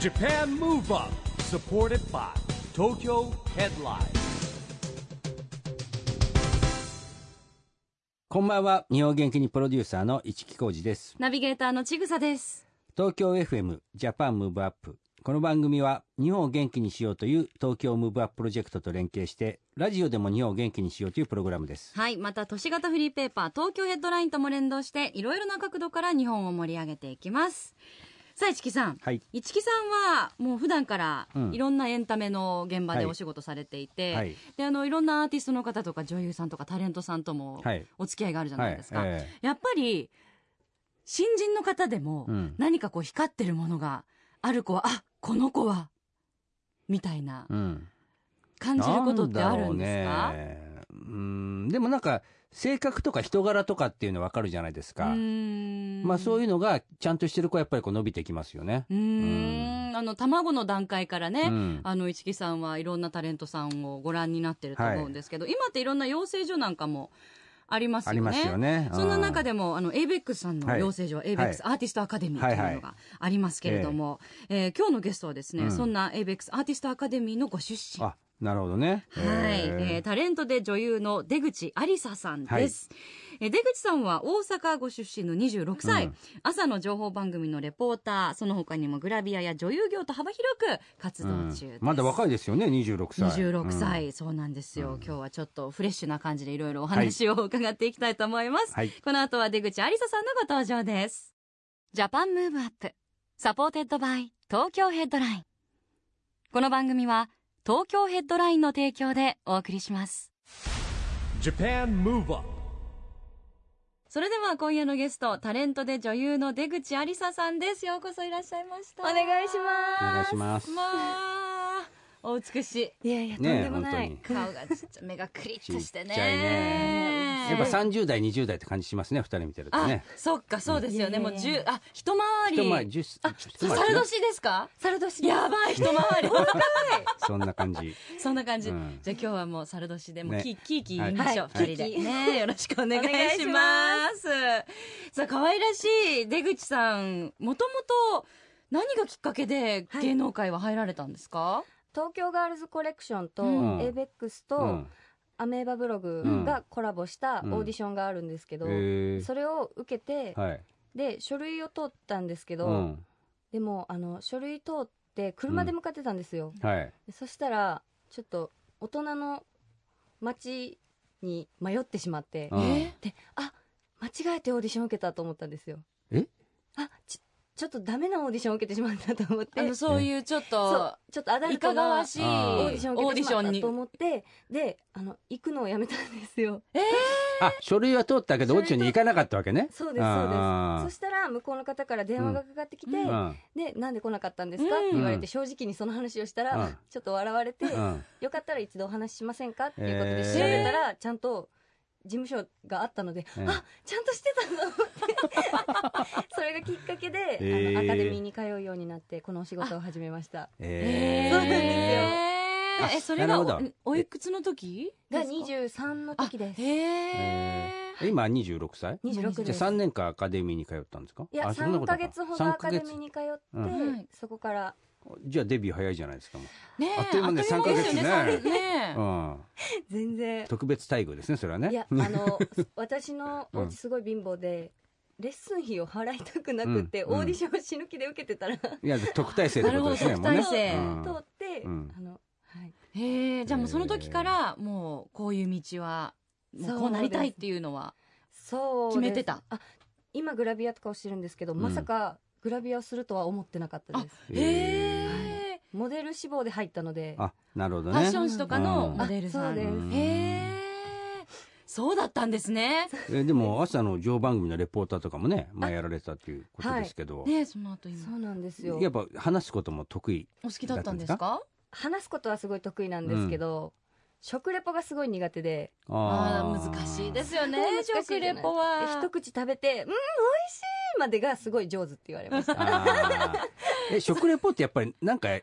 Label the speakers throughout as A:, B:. A: Japan Move Up supported by Tokyo Headline
B: こんばんは日本元気にプロデューサーの市木浩司です
C: ナビゲーターのちぐさです。
B: 東京 FM ジャパンムーブアップこの番組は日本を元気にしようという東京ムーブアッププロジェクトと連携してラジオでも日本を元気にしようというプログラムです
C: はい。また、都市型フリーペーパー、東京ヘッドラインとも連動して、いろいろな角度から日本を盛り上げていきます。さあ、市木さん。
B: はい
C: 市木さんは、もう普段から
B: うん、
C: いろんなエンタメの現場
B: はい
C: でお仕事されていて、
B: はい
C: で、あの、いろんなアーティストの方とか、女優さんとか、タレントさんとも
B: はい、
C: お付き合いがあるじゃないですか。
B: はいえ
C: やっぱり、新人の方でも
B: え、うん
C: 何かこう、光ってるものがある子は、あ、この子は、みたいな、
B: うん
C: 感じることってあるんです
B: な
C: か
B: んだろうねうんでもなんか性格とか人柄とかっていうのわかるじゃないですか、ま
C: ま
B: あそういううのがちゃんとしてる子はやっぱりこう伸びてきますよね、
C: うーんあの卵の段階からね、
B: うん
C: あの市木さんはいろんなタレントさんをご覧になってると思うんですけど、今っていろんな養成所なんかもあります
B: あり
C: よね。
B: ますよね
C: そんな中
B: で
C: でも、あの、ABEX さんの養成所は ABEX、
B: はい
C: アーティストアカデミーと
B: はいいう
C: の
B: は
C: がありますけれども、えー今日のゲストはですね、
B: うん
C: そんな ABEX アーティストアカデミーのご出身。
B: あなるほどね
C: はい、えー
B: え
C: タレントで女優の出口ありささんです、えー出口さんは大阪ご出身の26歳、
B: うん
C: 朝の情報番組のレポーターその他にもグラビアや女優業と幅広く活動中です、
B: うんまだ若いですよね26歳
C: 26歳、
B: うん
C: そうなんですよ、
B: うん
C: 今日はちょっとフレッシュな感じでいろいろお話を伺っていきたいと思います、
B: はい
C: この後は出口ありささんのご登場ですジャパンムーブアップサポーテッドバイ東京ヘッドラインこの番組は東京ヘッドラインの提供でお送りします
A: Japan Move Up
C: それでは今夜のゲストタレントで女優の出口ありささんですようこそいらっしゃいました
D: お願いし
B: お願い
D: ま
B: します
C: まあお美しい
D: す。いやいや、とん
B: ねえ
D: でもない。
B: 本
C: 顔がちっちゃ目がクリッとしてね
B: ちっちゃいねやっぱ
C: ね
B: 30代20代って感じしますね2人見てるとね
C: あそっかそうですよね、
D: うん
C: もう十あ一回り
B: 一回り10
C: あ
B: 一回
C: 猿
B: りね
C: 年ですか
D: 猿年です
C: やばい一回り
B: そんな感じ
C: そんな感じ、
B: うん
C: じゃあ今日はもう猿年でもう
B: ね
C: キーキーキー言いましょう、
B: はい
C: 二人で、
D: はいキーキ
C: ねよろしくお願い
D: お願い
C: し
D: し
C: ま
D: ます
C: さあ可愛らしい出口さんもともと何がきっかけで
D: はい
C: 芸能界は入られたんですか、
D: 東京ガールズコレクションと、
C: うん
D: エイベックス
B: う
D: と
B: ん、
D: アメーバブロ
B: うん
D: グがコラボしたオーディションがあるんですけど、
B: へえ
D: それを受けて、
B: はい
D: で、書類を通ったんですけ
B: う
D: ど、
B: ん
D: でも、あの、書類通って、車で向かってたんですよ。
B: はい
D: そしたら、ちょっと、大人の街に迷ってしまって、
B: うん
C: え
D: で、あ、間違えてオーディション受けたと思ったんですよ。
B: え
D: あ、ち、ちょっとダメなオーディション受けてしまったと思って。
C: あのそういうちょっ
D: そう
C: と、
D: ちょっとアダ
C: い
D: ル
C: か
D: ト
C: が
D: なオ
C: わ
D: ー
C: しいオ
B: あー
C: ー
D: デ
C: デ
D: ィションを受
C: ィ
D: けて
C: ショ
D: しま
C: ン
D: った
C: に
D: と思って、で、あの、行くのをやめたんですよ。
B: あ書類は通ったけどオーディションに行かなかったわけね
D: そうです、そう
B: あ
D: です。
B: ー
D: そしたら、向こうの方から電話がかかってきて、
C: うん
B: うん
D: で、なんで来なかったんですか、
C: うん
D: って言われて、正直にその話をしたら、
B: うん
D: ちょっと笑われて、
B: うん
D: よかったら一度お話ししませんかっていうこと
B: え
D: で
B: ー
D: 調べたら、ちゃんと、事務所があったので、
B: うん
D: あちゃんとしてたんだと思って それがきっかけで、
B: えー
D: あのアカデミーに通うようになってこのお仕事を始めました
B: えー
D: そうなんです
C: えー
D: よ
B: あ
C: えそれ
B: な
C: が
B: るほど
C: おおいくつの時
D: が
C: ですか
D: 23の時です
C: へ
B: え
C: え
B: ー今26歳
D: 26
B: じ
D: で
B: ゃ
D: す
B: あ3年間アカデミーに通ったんですか
D: いや
B: あそんな
D: 3
B: こと
D: か月ほど
B: 3
D: アカデミーに通って、
B: うん
D: そこから
B: じゃあデビュー早いじゃないですかも
C: ねえ
B: あっという間ね
C: あっという間ですよね
B: 三ヶ月ね
C: 三ね
B: う、うん
D: 全然
B: 特別待遇ですねそれはいね
D: やあの私のお
B: うん
D: 家すごい貧乏で、レッスン費を払いたくなくって、
B: うん
D: オーディションを死ぬ気で受けてたら、
B: いや特待生ってことですね
C: なる
B: もうね
C: ほど特待生
B: うん
D: 通って、
B: うん
D: あのはい
C: へえじゃあもうその時からもうこういう道はもうこうなりたいっていうのは
D: そうです
C: 決めてた
D: あ今グラビアとかをしてるんですけど、
B: ん
D: まさかグラビアをするとは思ってなかったです
B: へ
C: へ
B: え
C: え
D: モデル志望で入ったので
B: あなるほど
C: ファッ
B: ね
C: ション誌とかの
B: うん
C: モデルさん
D: あそうです
C: へえそうだったんですね
B: えーでも朝の情報番組のレポーターとかもねまあやられたっていうことですけど、
C: ねえその後
D: そ
C: 今
D: うなんですよ
B: やっぱ話すことも得意
C: お好きだったんですか
D: 話すことはすごい得意なんですけど、食レポがすごい苦手で
C: ああ難しいですすよね
D: 難しいじゃない
C: 食レポは
D: 一口食べて「うん美味しい!」までがすごい上手って言われました
B: え食レポってやっぱりなんかい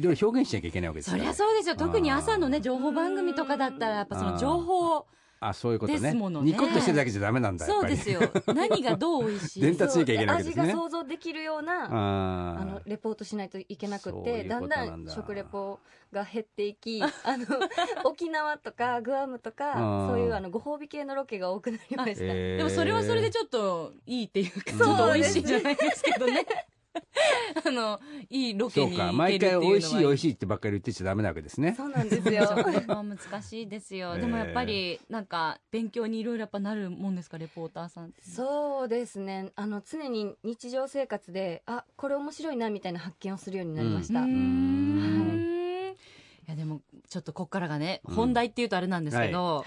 B: ろいろ表現しなきゃいけないわけです
C: そ
B: か
C: り
B: ら
C: ゃそうですよ特に朝の
B: あ
C: ね
B: ー
C: 情報番組とかだったらやっぱその情報
B: あそういうこと
C: で
B: ね
C: すものね
B: ニコッとしてるだけじゃダメなんだやっ
C: そう
B: ぱり
C: ですよ何がどう美味しい
B: 伝達しなきゃいけないわけで
D: 味
B: すね
D: が想像できるような
B: あー
D: あのレポートしないといけなく
B: そうい
D: て
B: う
D: だ
B: こと
D: ん
B: なんだ
D: だん食レポが減っていきあの沖縄とかグアムと
B: あー
D: かそういうあのご褒美系のロケが多くなりました、
B: えー
C: でもそれはそれでちょっといいっていうか、
B: うん
C: ちょっと美味しいじゃないですけどね。あの、いいロケ
B: そう
C: に
B: か
C: 行ける
B: 毎
C: っていう
B: 回
C: のは。
B: 美味しい美味しいってばっかり言ってちゃダメなわけですね
D: そうなんですよ
C: 食レポは難しいですよ。でもやっぱり、なんか、勉強にいろいろやっぱなるもんですか、レポーターさんって。
D: そうですねあの常に日常生活であこれ面白いなみたいな発見をするようになりました、
C: うー
B: うーん
C: ん。いやでも、ちょっとこっからがね、本題っていうとあれなんですけど、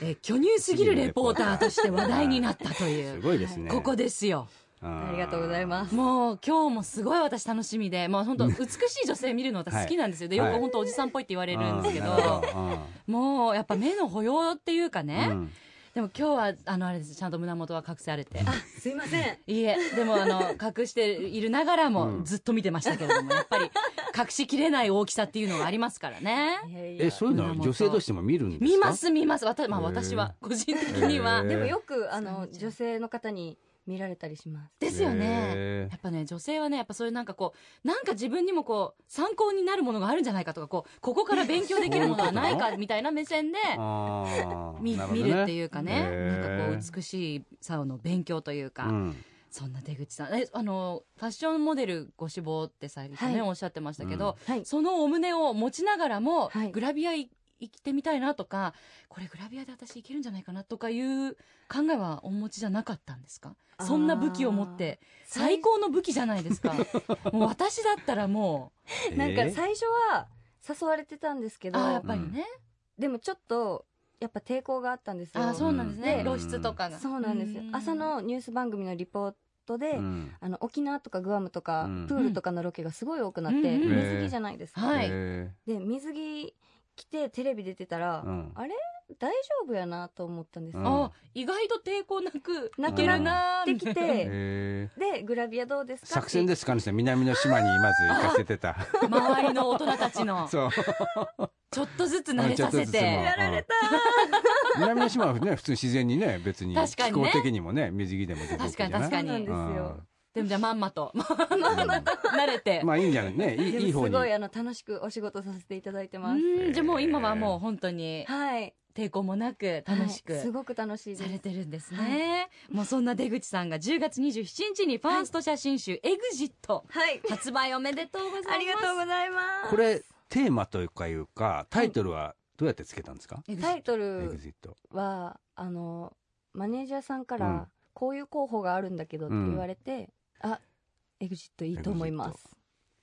C: え、巨乳すぎるレポーターとして話題になったとい
B: す
C: う、
B: ごいですね
C: ここですよ。
B: あ
D: ありがとうございますす
C: もう今日もすごい私楽しみで、まあ本当美しい女性見るの私好きなんですよ。で、よ
B: はい
C: く本当おじさんっぽいって言われるんですけ
B: あーなるほ
C: ど、
B: あ
C: もうやっぱ目の保養っていうか
B: ー
C: ね、
B: うん
C: でも今日はあのあれです、ちゃんと胸元は隠されて。
D: すいません
C: いいえ、でもあの、隠しているながら
B: う
C: も
B: ん
C: ずっと見てましたけれども、やっぱり隠しきれない大きさっていうのがありますからね。
D: いやいや
B: えそういうのは女性としても見るんですか
C: 見ます見ます。わたまあ
B: へー
C: 私は、個人的には
B: へ。
D: で
B: ー
D: もよくあ
C: そうな
D: の
C: んじゃん
D: 女性の方に見られたりします
C: ですよ
B: へ
C: ね
B: ー。
C: やっぱね、女性はね、やっぱそういうなんかこう、なんか自分にもこう、参考になるものがあるんじゃないかとか、こう、ここから勉強できるものはないか、みたいな目線で、
B: あー
C: 見
B: なほど
C: 見
B: ね
C: るっていうかね、なん
B: へー
C: かこう、美しいさの勉強というか、
B: うん
C: そんな出口さん。え、あの、ファッションモデルご志望って最初ね、
D: はい
C: おっしゃってましたけど、
D: はい
C: そのお胸を持ちながらも、
D: はい
C: グラビアい行ってみたいなとか、これグラビアで私いけるんじゃないかなとかいう考えはお持ちじゃなかったんですか
D: あー
C: そんな武器を持って、最高の武器じゃないですか。もう私だったらも
D: なんか
B: えー
D: 最初は誘われてた んですけ
C: う、あーやっ
D: ど
C: ぱりね。
D: でもちょっとやっぱ抵抗があったんですよ
C: あーそうなんですね。
D: う
C: 露
D: ん
C: 出とかが。
D: そうなんですよ
C: うん
D: 朝、のニュース番組のリポートで、
B: うん
D: あの沖縄とかグアムとか、
B: うん
D: プールとかのロケがすごい多くなって、
C: うん
B: うん
D: 水着じゃないですか、
C: はい
B: へ
D: で水着着てテレビ出てたら、
B: ーうん
D: あれ大丈夫やなと思ったんです
B: うん
D: よ、
C: あ、意外と抵抗なく、
D: な
C: 泣
B: く
C: けるなー
D: でき
C: みたいな
D: て
B: へー
D: でグラビアどうですか
B: 作戦ですすかね南の島にまず行かせ てた
C: 周りの大人たち の、
B: そう
C: ちょっとずつ慣れさせて。
B: やられた南の島はね普通に自然にね別に
C: 確か
B: 気
C: にね
B: 候的にもね水着でも出てくるじゃない
C: 確か
D: そう
C: に
D: なんですよ
B: う
C: でもじゃあまんま と、慣れて。
B: んまあいいんじゃないねい
D: で
B: い
D: も
B: いい方
D: す
B: に
D: ごいあの楽しくお仕事させていただいてます、
C: うんじゃあもう今はもう本当に
D: はい
C: 抵抗もなく楽しく
D: はいすごく楽しいで
C: さ
D: す
C: れてるんですね。もうそんな出口さんが10月27日にファースト写真集エグジット
D: はい
C: 発売おめでとうございます。
D: ありがとうございます
B: これテーマというかいうかタイトルはどうやってつけたんですか、
C: エグジ
D: タ
C: ッ
D: イト
B: エグ
D: ル
B: ジット
D: はあのマネージャーさんか
B: うん
D: らこういう候補があるんだけどって言われて、あエグジットいいと思います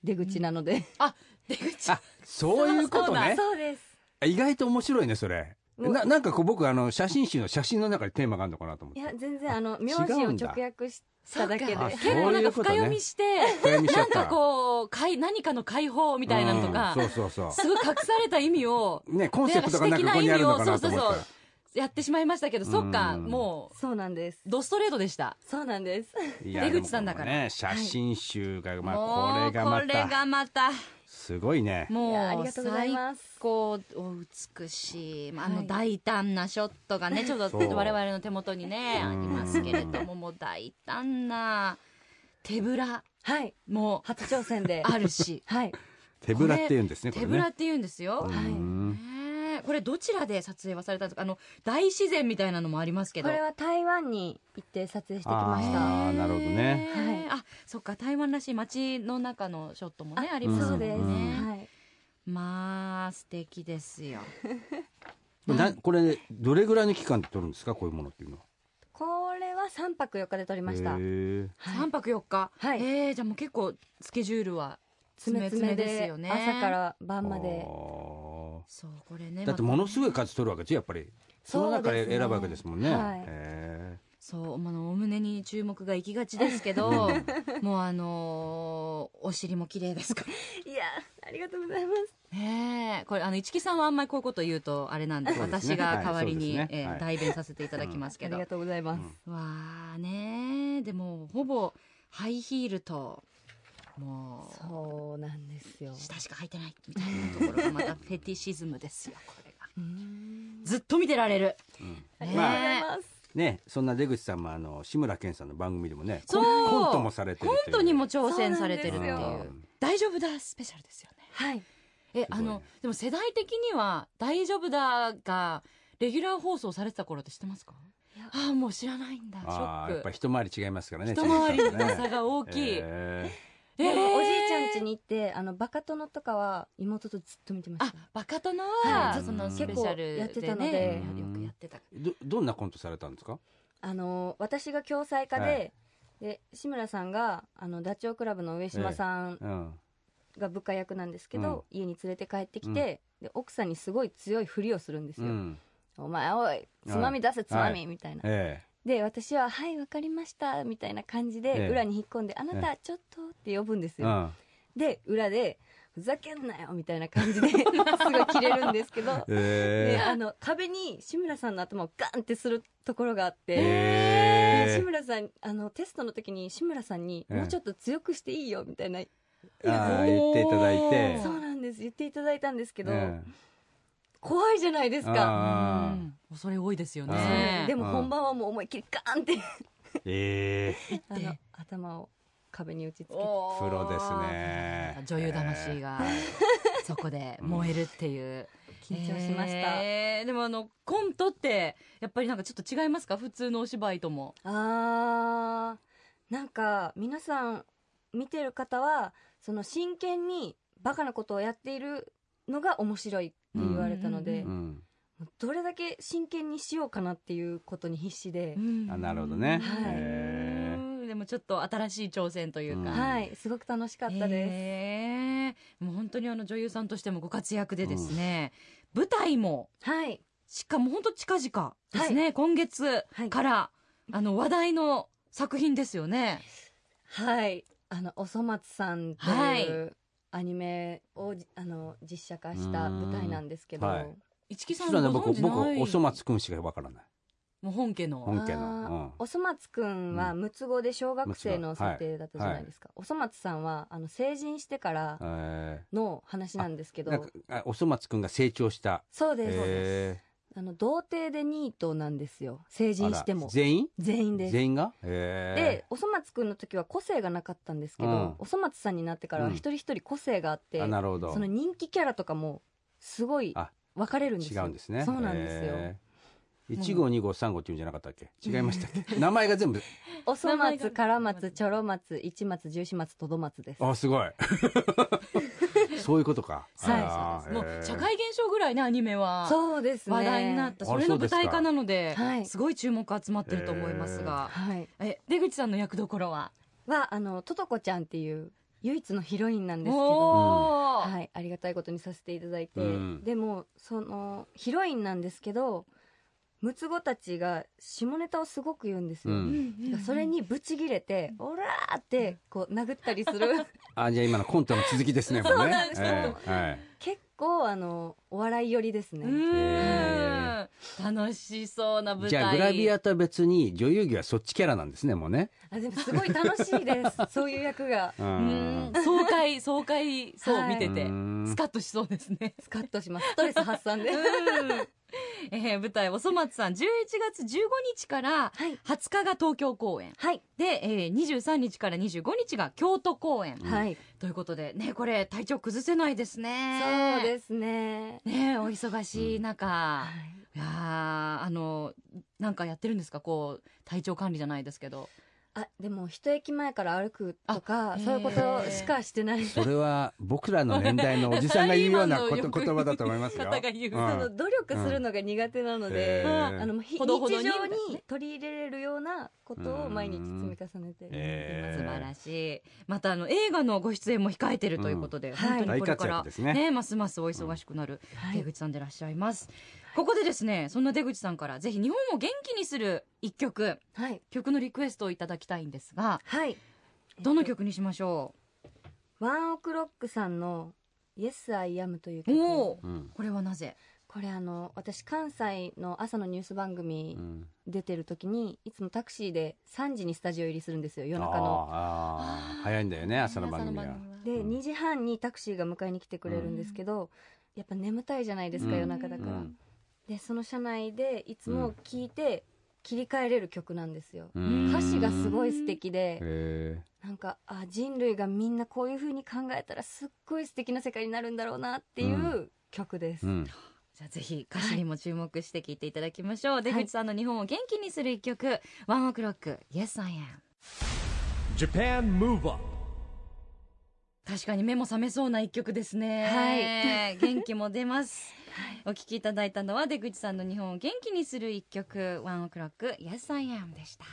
D: 出口なので、
C: ト。出口。
B: あそういうことね
D: そうです
B: 意外と面白いねそれ
D: もう
B: ななんかこう僕あの写真集の写真の中にテーマがあるのかなと思っ
D: い
B: て
D: や全然あの名
B: 違
D: 字を
B: うんだ
D: 直訳し
C: そ
D: た
C: うか
D: だけで
B: あ
D: はい
B: そ
C: 結構なんか深読みして、
B: 深読みしちゃ
C: な
B: っ
C: ん
B: た
C: かこう、かい何かの解放みたいなのとか
B: う、んそうそうそ
C: すごい隠された意味を
B: うねコンセプトがなんかここにあるのかなと思っ
C: 素敵な意味をそう
B: た
C: そうやってしまいましたけど、そっか、
B: うん
C: も
D: そうなんです
C: う、ドストレートでした。
D: そうなんです
B: いや
C: 出口さんだから
B: でもね写真集が、ま
C: も
B: あ、これ
C: う
B: がま
C: これ
B: た
C: がまた
B: すごいね
D: いやあ
C: も
D: り
C: う
D: がとうござい
C: 最
D: ます
C: 高お美しい、まあ、あ
D: は
C: の
D: い
C: 大胆なショットがねちょっと
B: そう
C: 我々の手元にね
B: うん
C: ありますけれどももう大胆な手ぶら
D: はい
C: も
D: 初挑戦で
C: あるし
D: はい
B: 手ぶらって言うん ですねこ
C: 手
B: れ
C: ぶら
B: ね
C: って言うんですよ、
D: はい
B: うん
C: ねえこれどちらで撮影はされたんですかあの大自然みたいなのもありますけ
D: こ
C: ど
D: れは台湾に行って撮影してきまし
B: あ
D: た
B: ーなるほどね
C: へえあそっか台湾らしい街の中のショットもねあります
D: そ
C: も
D: うん
C: ね
D: です、
B: うん
D: はい
C: まあ素敵ですよ
B: なこれどれぐらいの期間で撮るんですかこういうものっていうのは
D: これは三泊四日で撮りました、
B: へー
D: はい
C: 三泊四日。
D: はい
C: ええじゃあもう結構スケジュールは
D: 詰め詰め
C: です
D: で
C: よね。
D: 朝か。ら晩ま
B: あ
D: で
B: ー
C: そうこれね。
B: だって
C: ま
B: も
C: た
B: のすごい数取るわけですよやっぱりその中で選ぶわけですもんね
D: そうですねはい
B: へ
C: そうまああのお胸に注目が行きがちですけど
B: うん、
C: もうあのーお尻も綺麗ですか
D: いやありがとうございます
C: ら。ねえこれあの市木さんはあんまりこういうこと言うとあれなんで
B: そうですね
C: 私が代わりに、
B: はいそうですね
C: えー
B: はい
C: 代弁させていただきます
D: あ
C: け
D: り
C: ど。
D: がとうございます、
C: わあねえでもほぼハイヒールともう
D: そうなんですよ
C: 下しか履いてないみたいなところがまたフェティシズムですよこれが。ずっと見てられる。
B: うんまあ
D: ありがとうございます
B: ねそんな出口さんもあの志村けんさんの番組でもね
C: そ
B: コ
C: う
B: ンコントもされてる
C: コ
B: という
C: ントにも挑戦されてるっていう
D: そうなんです
B: ようん
C: 大丈夫だスペシャルですよね
D: はい
C: え、
B: ごい
C: あのでも世代的には「大丈夫だ」がレギュラー放送されてた頃って知ってますかああもう知らないんだショ
B: あ
C: ッ
B: あやっぱ
C: ク
B: り一回り違いますからね
C: 一回りの
B: ね
C: 差が 大きい、
B: え
C: え
D: でもおじいちゃん
C: ち
D: 家に行ってあのバカ殿とかは妹とずっと見てまし
C: あ
D: た
C: バカ殿は、
B: はい
C: そのスペシャルで、ね、
D: 結構やってたの
B: で
C: よくやってた
B: ーどどんなコントされたんですか
D: あの私が共済課で、
B: はい
D: で志村さんがあのダチョウ倶楽部の上島さん
B: うん
D: が部下役なんですけど、家に連れて帰ってきて、で奥さんにすごい強いふりをするんです
B: う
D: よ、
B: ん
D: お前おいつまみ出せつまみみたいな、
B: え
D: で私は「はいわかりました」みたいな感じで、
B: ええ
D: 裏に引っ込んで「あな
B: え
D: たちょっと」って呼ぶんです
B: え
D: よ、で裏で「ふざけんなよ」みたいな感 じですごい切れるんですけど、
B: うんえ
D: で
B: え
D: あの壁に志村さんの頭をガンってするところがあって、
B: え
D: で
B: え
D: 志村さんあのテストの時に志村さんに「
B: ええ
D: もうちょっと強くしていいよ」みたいな、
B: ああ言っていただいて
C: おー
D: そうなんです言っていただいたんですけど、
B: え
D: 怖いじゃないです
B: え
D: か、
B: あ
C: うん恐れ多いですよ
B: あ
C: ね
B: ー
D: でも
B: うん
D: 本番はもう思いっきりガンって
B: あえ え
D: あの頭を壁に打ちつけて
C: おー
B: プロですね
C: 女優魂が、そこで燃えるっていう
D: 緊張しました、
C: えーでもあのコントってやっぱりなんかちょっと違いますか普通のお芝居とも
D: あーなんか皆さん見てる方はその真剣にバカなことをやっているのが面白いって言われたので、
C: うん
B: うん
D: どれだけ真剣にしようかなっていうことに必死で、
B: あなるほどね
D: はい
B: ええ
C: うんでもちょっと新しい挑戦というか、
B: うん
D: はいすごく楽しかったです、
C: えーもう本当にあの女優さんとしてもご活躍でですね、舞台も
D: はい
C: しかも本当近々ですね、今月
D: はい
C: から、あの話題の作品ですよね
D: はいあのおそ松さんと
C: はい
D: いうアニメをじあの実写化した舞台なんですけど、
B: うんはい
C: 一木さん
B: 実はね
C: ご
B: 僕
C: 存知
B: 僕
C: ない
B: おそ松くんしかわからない
C: もう本家の
B: 本家
D: あ
B: の
D: ーおそ松くんは
B: う
D: 六つ子で小学生の設定だったじゃないですか、おそ松さんはあの成人してから
B: うんえ
D: の話なんですけ
B: え
D: ど、
B: なんかあおそ松くんが成長した
D: そうです、
B: ええ
D: あの童貞でニートなんですよ成人して
B: あら
D: も
B: 全員
D: 全員です
B: 全員がえ
D: でおそ松くんの時は個性がなかったんですけど、
B: うん
D: おそ松さんになってからは
B: うん
D: 一人一人個性があって、
B: あなるほど
D: その人気キャラとかもすごい
B: あ
D: 分かれるんです
B: 違
D: よ
B: うんですね
D: そうなんですよ、
B: えー1号2号3号っていうんじゃなかったっけ違いましたっけ 名前が全部
D: おそ松
C: 名前が
D: から松ちょろ松一松十四松とど松です
B: あすごい そういうことか
C: そうです
B: あー
C: そう
B: え
C: で
B: ー
C: すもう社会現象ぐらいねアニメは
D: そうですね
C: 話題になった、それの舞台化なので
D: そうですかはい
C: すごい注目集まってると思いますが、
D: はい
C: え出口さんの役どころは
D: はあのトトコちゃんっていう唯一のヒロインなんですけど、
C: おー
D: はい、ありがたいことにさせていただいて、
B: うん
D: でもそのヒロインなんですけどムツゴたちが下ネタをすごく言うんです
B: う
D: よ、
C: うん
B: ん、
C: うんうん
D: それにブチギレて「オラー!」ってこう殴ったりする
B: あじゃあ今のコントの続きですね
C: そう
B: これね
C: なんです
B: えーはい
D: 結構あのお笑い寄りです
C: う
D: ね、
C: ーん楽しそうな舞台
B: じゃあグラビアとは別に女優業はそっちキャラなんですねもうね
D: あでもすごい楽しいです そういう役が
B: う
C: うんん爽快爽快そう見てて、
B: うん
C: スカッとしそうですね
D: スカッとしますストレス発散で
C: えー舞台「おそ松さん」11月15日から
D: はい
C: 20日が東京公演
D: はい
C: で、えー、23日から25日が京都公演、
D: はい、
C: ということでねこれ体調崩せないですね
D: そうですね、
C: ねお忙しい中、
D: はい
C: いやーあのなんかやってるんですかこう体調管理じゃないですけど
D: あでも一駅前から歩くと
C: あ
D: かそういうこ
C: へ
D: と
C: ー
D: しかしてない
B: それは僕らの年代のおじさんが言う ようなこ
C: サラリ
B: と
C: ーマンの
B: 言葉だと思いますよ。
C: 方が言う
D: その努力するのが苦手なので、
B: うんへー
D: あのもうひ
C: ほどほどに
D: 日常
C: みたいな
D: に取り入れれるようなことを毎日積み重ねて、
C: 素晴ら
B: え
C: しい、またあの映画のご出演も控えてるということで、
D: ん
C: 本当にこ
B: 大
C: れか
B: 活躍
C: ら、
B: ですね
C: ますますお忙しくなる
D: はい
C: 出口さんでいらっしゃいます、ここでですねそんな出口さんからぜひ日本を元気にする一曲
D: はい
C: 曲のリクエストをいただきたいんですが
D: はい
C: どの曲にしましょ
D: ワンオクロックさんの「Yes I Am」という
C: う、
D: 曲
C: おお
B: ーうん
C: これはなぜ
D: これあの私関西の朝のニュース番組
B: うん
D: 出てる時にいつもタクシーで3時にスタジオ入りするんですよ夜中の。
B: あーあー早いんだよね朝の番組が。
D: で、
B: うん
D: 2時半にタクシーが迎えに来てくれるんですけど、やっぱ眠たいじゃないですか、
B: うん
D: 夜中だから、
B: うん
D: でその車内でいつ
B: う
D: も
B: ん
D: 聴いて切り替えれる曲なんですよ、
B: うん
D: 歌詞がすごい素敵で
B: へ
D: なんかあ人類がみんなこういう風に考えたらすっごい素敵な世界になるんだろうなっていうう曲です、
B: えうん
C: じゃあぜひ歌詞にも注目して聞いていただきましょう、出
D: は
C: 口
D: い
C: さんの日本を元気にする一曲「ワンオクロック Yes I am
A: Japan Move Up
C: 確かに目も覚めそうな一曲です ね。はい。元気も出ます。お聴きいただいたのは出口さんの日本を元気にする一曲、ワンオクロック、Yes I am でした。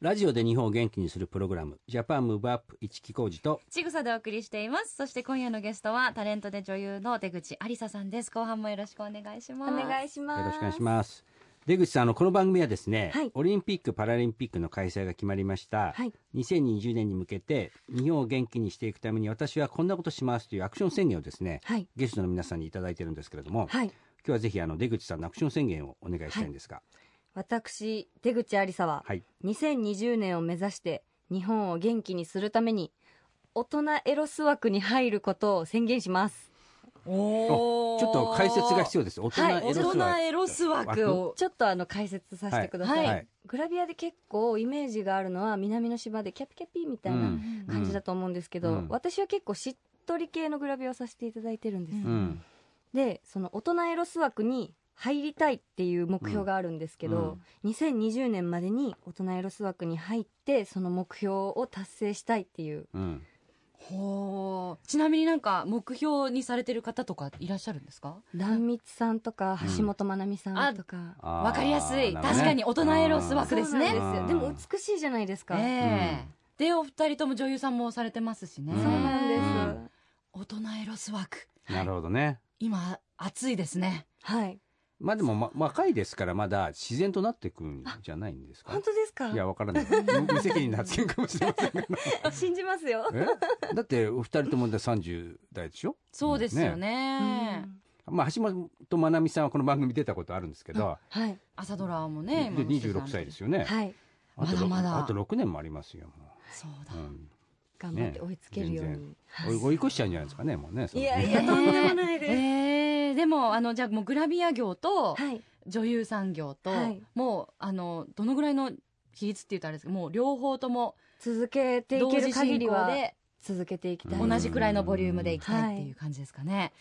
B: ラジオで日本を元気にするプログラムジャパンムーブアップ一木工事と
C: ちぐさでお送りしています。そして今夜のゲストはタレントで女優の出口ありささんです。後半もよろしくお願いします。
D: お願
C: い。
D: いします
B: よろしくお願いします。出口さん、あの、この番組はですね、
D: はい
B: オリンピック・パラリンピックの開催が決まりました。
D: はい
B: 2020年に向けて、日本を元気にしていくために私はこんなことしますというアクション宣言をですね、
D: はい
B: ゲストの皆さんにいただいてるんですけれども、今
D: はい
B: 日はぜひあの出口さんのアクション宣言をお願いしたいんですが、
D: 私出口ありさは、
B: はい。
D: 2020年を目指して日本を元気にするために大人エロス枠に入ることを宣言します
C: お
B: おちょっと解説が必要です。大人
D: はい
B: エロスは
C: 大人エロス枠を。
D: ちょっとあの解説させてください、
B: はいはい
D: グラビアで結構イメージがあるのは南の島でキャピキャピみたいな感じだと思うんですけど、
B: うん
D: 私は結構しっとり系のグラビアをさせていただいてるんです、
C: うん
B: うん。
D: でその大人エロス枠に入りたいっていう目標があるんですけど、2020年までに大人エロス枠に入ってその目標を達成したいっていう
B: うん。
C: ほーちなみになんか目標にされてる方とかいらっしゃるんですか
D: 壇蜜さんとか
B: うん
D: 橋本まなみさんとか、
B: あー
C: わかりやすい。
B: なるほど
C: 確
B: ね
C: かに大人エロス
B: あ
C: 枠
B: ー
C: ですね。
D: そうなんですよ
B: あー
D: でも美しいじゃないですか、
C: ええでお二人とも女優さんもされてますしね
B: うん
D: そうなんで
B: う
D: す、
B: ん
C: 大人エロス枠
B: なるほどね。
C: 今暑いですね
D: はい
B: まあでも、ま、若いですからまだ自然となってくんじゃないんですか
D: 本当ですか
B: いや、わからない。無無責任な発言かもしれません が。
D: 信じますよ、
B: えだって、お二人ともで30代でしょ
C: そうですよね
D: うん
B: まあ、橋本まなみさんはこの番組出たことあるんですけど、
D: はい
C: 朝ドラも
B: で
C: ね今の人
B: 26歳ですよね。
D: はい
B: あと
C: まだまだ
B: あと6年もありますよ。も
C: そうだ
B: う、うん
D: 頑張って追いつけるよう
B: ね
D: に、は
B: 追い追い越しちゃうんじゃないですかね、もうね。そ
D: い、
B: の
D: い
B: ね
D: やいやとんでもないです、
C: ええでもあのじゃあもうグラビア業と
D: はい
C: 女優さん業と、
D: はい
C: もうあのどのぐらいの比率って言うとあれですけどもう両方とも
D: 続けてい
C: 同
D: け
C: 時
D: る
C: 進
D: 限り
C: 行
D: は
C: で
D: 続けていきたい、
B: うん
C: 同じくらいのボリュームでいきたいっていう感じですかね、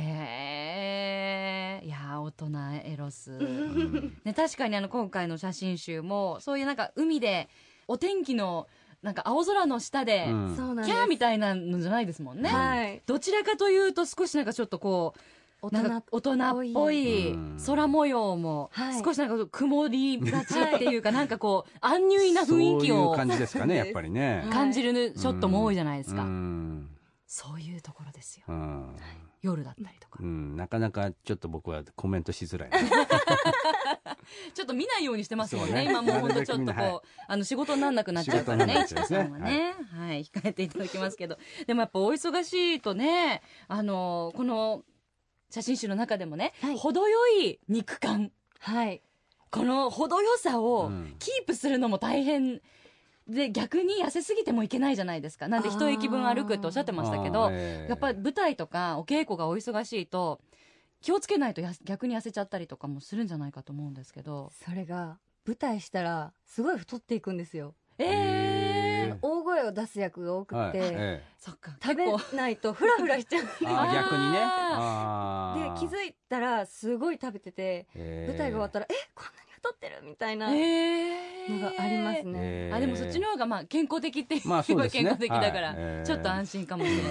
C: へえいやー大人エロス
B: うん
C: ね、確かにあの今回の写真集もそういうなんか海でお天気のなんか青空の下で、
B: うん
D: そうなん
C: キ
D: です
C: ャーみたいなのじゃないですもんね、
D: はい
C: どちらかというと少しなんかちょっとこ
D: 大
C: うなんか大人っぽい
B: うん
C: 空模様も、
D: はい
C: 少しなんか曇りがちっていう かなんかこう安入な雰囲気
B: そういう
C: を
B: 感じですかね、やっぱり ね。
C: 感じるショットも多いじゃないですか、
B: うん
C: そういうところですよ
B: うん
C: 夜だったりとか、
B: うん、なかなかちょっと僕はコメントしづ らいな。
C: ちょっと見ないようにしてますもん
B: そう
C: ね。
B: ね
C: 今もうほんとちょっと
B: なるべく見ない
C: こう、あの仕事になんなくなっちゃうからね、市
B: 仕事にな
C: 川
B: っちゃ
C: さ
B: うんん
C: は
B: ですね
C: ね。はい、控えていただきますけど。でもやっぱお忙しいとね、あの、この写真集の中でもね、
D: はい
C: 程よい肉感。
D: はい
C: この程よさ
B: う
C: を
B: ん
C: キープするのも大変。で、逆に痩せすぎてもいけないじゃないですか。なんで一駅分歩くっておっしゃってましたけ
B: あ
C: ど
B: ー、ええ
C: やっぱり舞台とかお稽古がお忙しいと、気をつけないとやす逆に痩せちゃったりとかもするんじゃないかと思うんですけど。
D: それが舞台したらすごい太っていくんですよ
C: ええ
B: へー
D: 大声を出す役が多く
B: はい
D: て、
B: ええ
C: そっか。
D: 食べないとフラフラしちゃうで
B: あー逆にね。 あー
D: 気づいたらすごい食べてて舞台が終わったらえこんなに太ってるみたいなの
C: ええ
D: がありますね、
B: ええ
C: あでもそっちの方がまあ健康的っていう
B: まあそうですね
C: 健康的だから、
B: はいええ
C: ちょっと安心かもしれ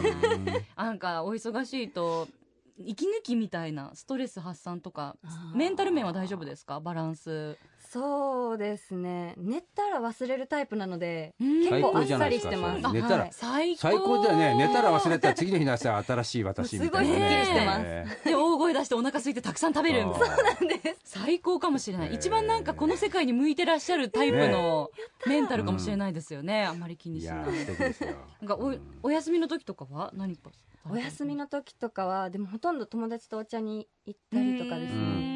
C: ない、なんかお忙しいと息抜きみたいなストレス発散とか
D: あー
C: メンタル面は大丈夫ですかバランス
D: そうですね寝たら忘れるタイプなので
C: 結
B: 最
D: 構
B: 高
D: あっ
B: じゃな
D: さ
B: いで
D: り
B: すか
D: してます
B: それ寝たら
D: は
C: 最
D: い
C: 高
B: 最高だよね。寝たら忘れたら次の日の朝新しい私みたいなね。
C: すごいスッキリして
D: ます
B: え
C: で大声出してお腹空いてたくさん食べ
B: あ
C: る
B: ー
C: 最高かもしれない、
B: ええ
C: 一番なんかこの世界に向いてらっしゃるタイプのメンタルかもしれないですよね、あんまり気
B: え
C: に
B: い
C: しない
B: やー素敵ですよ。
C: なんかお
B: うん
C: お休みの時とかは何か
D: お休みの時とかはでもほとんど友達とお茶に行ったりとかです
B: う
D: ね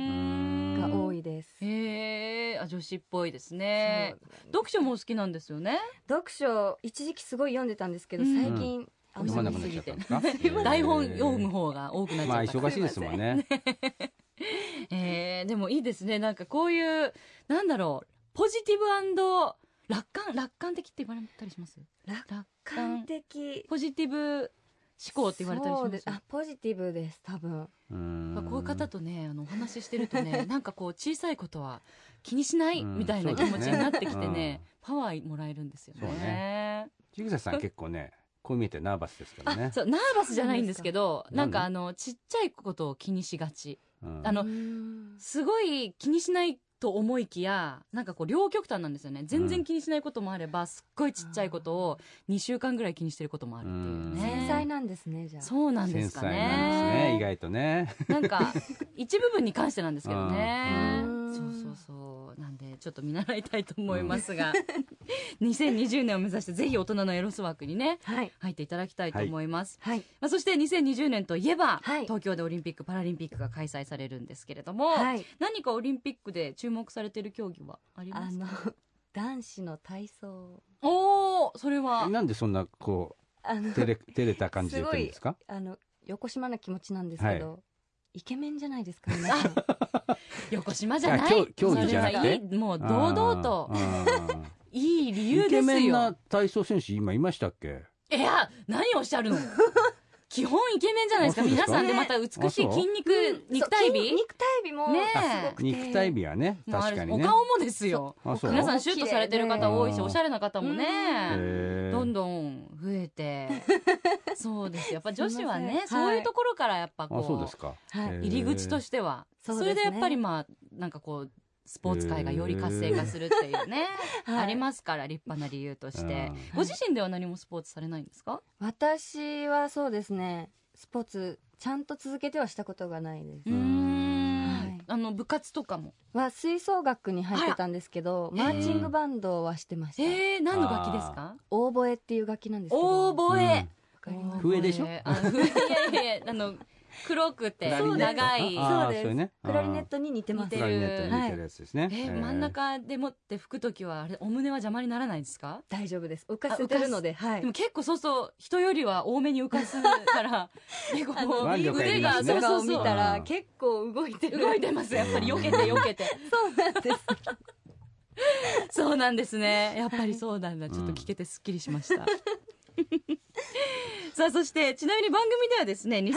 B: ん
D: が多いです、
C: へえあ女子っぽいです
D: そう
C: ね読書もお好きなんですよね
D: 読書一時期すごい読んでたんですけど
C: うん
D: 最近
B: 読まなくなっちゃったんですか
C: 台本読む方が多くなっち
B: まあ
C: ゃった
B: 忙しいですもんね
C: えー、でもいいですねなんかこういうなんだろうポジティブ楽観楽観的って言われたりします
D: 楽
C: 楽
D: 観的
C: ポジティブ思考って言われたりし
D: そう
C: ま
D: です
C: す
D: あポジティブです多分
B: う
C: まあ
B: ん
C: こういう方とねあのお話ししてると ねなんかこう小さいことは気にしない
B: うん
C: みたいな
B: そ
C: 気
B: うです
C: 持
B: ね
C: ちになってきてね、パワーもらえるんですよ
B: そう
C: ね。
B: 千草さん結構ねこう見えてナーバスですから
C: あ
B: ね
C: そうナーバスじゃないんですけど
B: な
C: なんん
B: で
C: かあのちっちゃいことを気にしがち
B: うん
C: あの
D: うん
C: すごい気にしないと思いきやなんかこう両極端なんですよね全然気にしないこともあればすっごいちっちゃいことを2週間ぐらい気にしてることもあるっていうね
B: うん
D: 繊細なんですねじゃあ
C: そうなんで
B: 繊
C: すか
B: 細なんですね意
C: ね
B: 外とね
C: なんか一部分に関してなんですけどね
B: う
C: そうそうそうなんでちょっと見習いたいと思いますが 2020年を目指してぜひ大人のエロスワークにね
D: はい
C: 入っていただきたいと思います、
D: はい
C: まあ、そして2020年といえば、
D: はい
C: 東京でオリンピック・パラリンピックが開催されるんですけれども、
D: はい
C: 何かオリンピックで注目されている競技はありま
D: あ
C: すか
D: の男子の体操
C: おおそれは
B: なんでそんなこ
D: あ
B: う
D: の
B: 照れ照れた感じで言ってるんですか
D: あの横島な気持ちなんですけど、イケメンじゃな いですか皆さん
C: 横島じゃない
B: いや競競技
D: じゃなくて
C: それはいいもう堂々と
B: うん
C: いい理由
B: イケ
C: です
B: メンな
C: よ
B: 体操選手今いましたっけ
C: いや何をおっし ゃるの基本イケメンじゃないですか
B: あそうです
C: 皆
B: か
C: さんでまた美しい
B: あそ
C: 筋
B: う
C: 肉肉体
D: そう筋
C: 美
D: 肉体美も
C: ねえ
D: すごくて
B: 肉体美はね
C: もあ
B: 確
C: るし
B: か
C: お
B: にね
C: 顔もですよ
B: あそう
C: 皆さんシュッとされてる方多いし
B: うん
C: おしゃれな方もね
B: へー
C: どんどん増え てそうですやっぱ女子は
D: すいま
C: ね
D: せん
C: そういうところからやっぱ
B: あそう
C: こ
B: で
C: う
B: すか
D: はい
B: へー
C: 入り口としては、
D: そう
C: そ
D: ですね
C: れでやっぱりまあなんかこうスポーツ界がより活性化するっていうね、
D: はい
C: ありますから立派な理由として
B: うん
C: ご自身では何もスポーツされないんですか、
D: 私はそうですねスポーツちゃんと続けてはしたことがないです、
C: うーん
D: はい
C: あの部活とかも
D: は吹奏楽に入ってたんですけどマーチングバンドはしてました、
C: えー、何の楽器ですか
D: オーボエっていう楽器なんですけど
C: オーボエ
D: わかります
B: 笛でしょ
C: あ笛いやいやいやあの黒くて
B: そうです
C: 長い
B: あー
D: そうです
B: れね
D: クラリネットに似てま
C: 似
D: す
C: て
B: ク
C: る
B: ラリネットに似てるやつですね
C: えー真ん中でもって吹くときはあれお胸は邪魔にならないですか
D: 大丈夫です浮かせてるのではい
C: でも結構そうそう人よりは多めに浮かす から結構こ
B: 腕
C: う
B: が
C: 腕
B: あ
C: が
B: の
C: そ
D: そう
C: そ
D: うそうう
C: そ
D: 見
C: う
D: たら結構動いてる
C: 動いてます やっぱり避けて避けて
D: そうなんです
C: そうなんですねやっぱりそうなんだちょっと聞けてすっきりしました、 さあそしてちなみに番組ではですね2020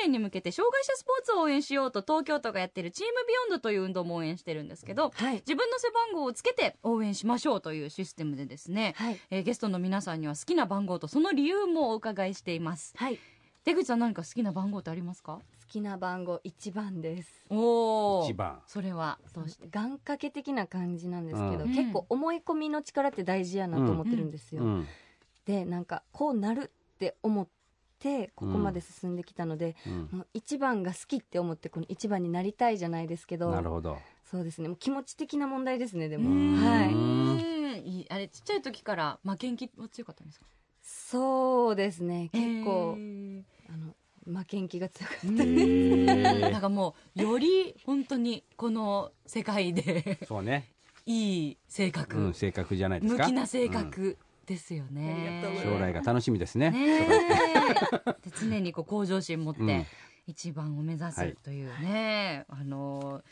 C: 年に向けて障害者スポーツを応援しようと東京都がやってるチームビヨンドという運動も応援してるんですけど
D: はい
C: 自分の背番号をつけて応援しましょうというシステムでですね、
D: はい
C: えーゲストの皆さんには好きな番号とその理由もお伺いしています
D: はい好
C: 出口さん何か好きな番号ってありますか
D: きな番号一番です
C: お
B: 一番
C: それはどうして
D: 願掛け的な感じなんですけど、
C: うん
D: 結構思い込みの力って大事やなと思ってるんですよ、
B: うん
D: でなんかこうなるって思ってここまで進んできたので、
B: うん
D: もう一番が好きって思ってこの一番になりたいじゃないですけど
B: なるほど
D: そうですねもう気持ち的な問題ですねで
C: う
D: も
C: ん
D: はい
C: うんいいあれちっちゃい時から負けん気は強かったんですか
D: そうですね結構
C: え、ー
D: あの負けん気が強く
C: うんなんかもうより本当にこの世界で
B: そうね
C: いい性格、
B: うん性格じゃないです
C: 無
B: か
C: 気な性格ですよね、
D: ありがとうござい
B: 将
D: ます
B: 来が楽しみですね
C: ねえで常にこう向上心持っ
B: うん
C: て一番を目指
B: はい
C: すというね、あのー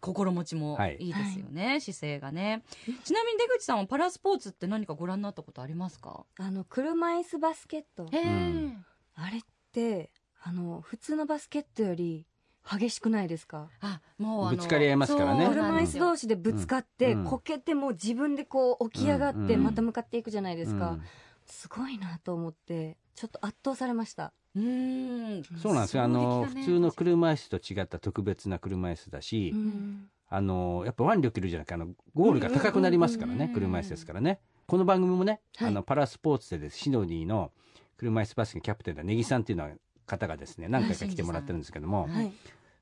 C: 心持ちも
B: はい
C: いいですよね、姿勢がねちなみに出口さんはパラスポーツって何かご覧になったことありますか
D: あの車椅子バスケット
C: へえ、
B: ん
D: あれってあの普通のバスケットより激しくないですか
C: あもうあの
B: ぶつかり合いますからね
C: そう
D: 車
C: なんで
D: 椅
C: す
D: 子
C: よ
D: 同士でぶつかって、
B: うん
D: こけてもう自分でこう起き上がっ
B: う
D: て
B: ん
D: また向かっていくじゃないですか、
B: うん
D: すごいなと思ってちょっと圧倒されました
C: うーん
B: そうなんですよあの普通の車椅子と違った特別な車椅子だし
D: うん
B: あのやっぱ腕力いるじゃなくてあのゴールが高くなりますから
C: うんうん
B: ね
C: うん
B: 車椅子ですからねこの番組もね、
D: はい
B: あのパラスポーツでですシドニーの車椅子バスケのキャプテンの根木さんっていうのは方がですね何回か来てもらってるんですけども、
C: はい
D: はい、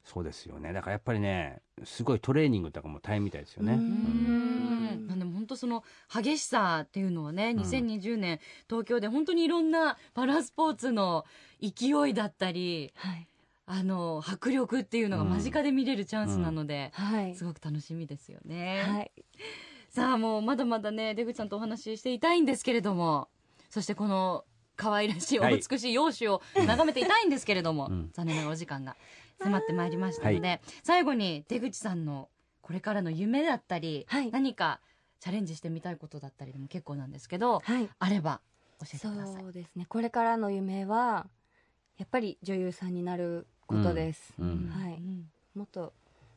B: そうですよねだからやっぱりねすごいトレーニングとかも大変みたいですよね。
D: う
C: うー
D: ん
C: んなんでも本当その激しさっていうのはね
B: ん
C: 2020年東京で本当にいろんなパラスポーツの勢いだったり
D: はい
C: あの迫力っていうのが間近で見れるチャンスなので、
D: はい
C: すごく楽しみですよね、
D: はい
C: さあもうまだまだね出口さんとお話ししていたいんですけれどもそしてこの可愛らしいお
B: はい
C: 美しい容姿を眺めていたいんですけれども、
B: うん
C: 残念ながらお時間が迫ってまいりましたので、最後に出口さんのこれからの夢だったり、
D: はい
C: 何かチャレンジしてみたいことだったりでも結構なんですけど、
D: はい
C: あれば教えて
D: そ
C: ください。
D: うですねこれからの夢はやっぱり女優さんになることです、
B: うん
C: うん
D: はい
C: うん
D: もっと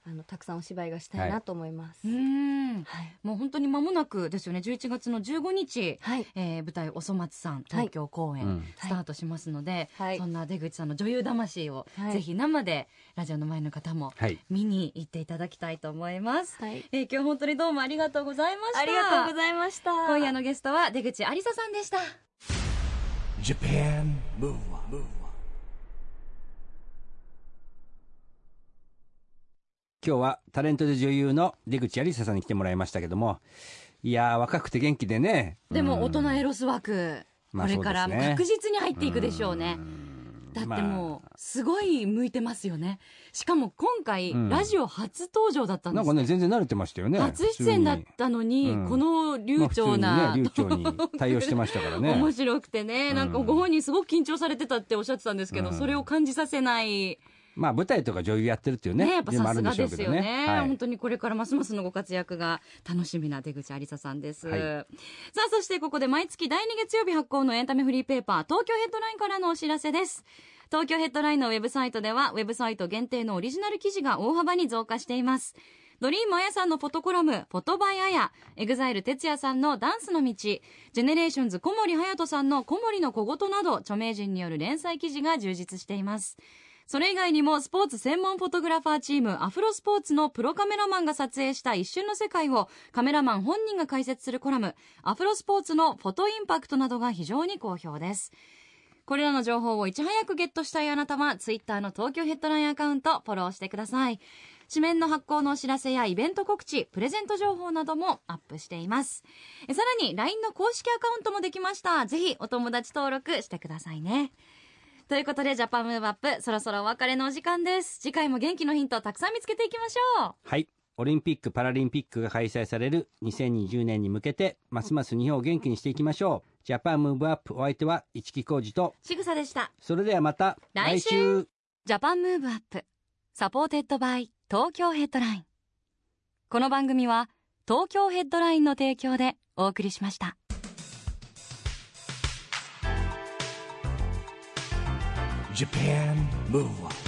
D: あのたくさんお芝居がしたいなと思います、
C: う
D: はい
C: んもう本当に間もなくですよね11月の15日、
D: はい
C: えー舞台「おそ松さん」東京公演、
B: うん
C: スタートしますので、
D: はい
C: そんな出口さんの女優魂を、
D: はい
C: ぜひ生でラジオの前の方も
B: はい。
C: 見に行っていただきたいと思います、
D: はい
C: えー今日本当にどうもありがとうございました
D: ありがとうございました
C: 今夜のゲストは出口ありささんでした
A: Japan Move Up, Move Up.
B: 今日はタレントで女優の出口有沙さんに来てもらいましたけども、いやー、若くて元気でね。
C: でも大人エ
B: る。
C: ロス枠、
B: まあ
C: これから
B: そうですね
C: 確実に入っていくでしょうね、だってもうすごい向いてますよねしかも今回、
B: うん
C: ラジオ初登場だったんで
B: なん
C: す
B: かね、全然慣れてましたよね。
C: 初出演だっ
B: 普通に
C: たのに、
B: うん
C: この流暢
B: まあ
C: な、
B: 普通 にね、流暢に対応してましたからね。
C: 面白くてね、なんか
B: うん
C: ご本人すごく緊張されてたっておっしゃってたんですけど、
B: うん
C: それを感じさせない、
B: まあ舞台とか女優やってるっていうね。
C: ね、やっぱ
B: でもあ
C: さ
B: る
C: す
B: ん
C: が
B: しょう
C: で
B: け
C: す
B: ど
C: よね
B: はい
C: 本当にこれからますますのご活躍が楽しみな出口ありささんです、
B: はい
C: さあそしてここで毎月第2月曜日発行のエンタメフリーペーパー東京ヘッドラインからのお知らせです東京ヘッドラインのウェブサイトではウェブサイト限定のオリジナル記事が大幅に増加していますドリームあやさんのフォトコラム、フォトバイあや、エグザイル哲也さんのダンスの道、ジェネレーションズ小森隼人さんの小森の小言など、著名人による連載記事が充実しています。それ以外にも、スポーツ専門フォトグラファーチーム、アフロスポーツのプロカメラマンが撮影した一瞬の世界を、カメラマン本人が解説するコラム、アフロスポーツのフォトインパクトなどが非常に好評です。これらの情報をいち早くゲットしたいあなたは、ツイッターの東京ヘッドラインアカウント、フォローしてください。紙面の発行のお知らせやイベント告知、プレゼント情報などもアップしています。えさらに、LINE の公式アカウントもできました。ぜひ、お友達登録してくださいね。ということで、ジャパンムーブアップ、そろそろお別れのお時間です。次回も元気のヒントをたくさん見つけていきましょう。
B: はい。オリンピック・パラリンピックが開催される2020年に向けて、ますます日本を元気にしていきましょう。ジャパンムーブアップお相手は市木浩二と、
C: しぐさでした。
B: それではまた
C: 来週ジャパンムーブアップサポーテッドバイ東京ヘッドラインこの番組は東京ヘッドラインの提供でお送りしました
A: Japan Move Up.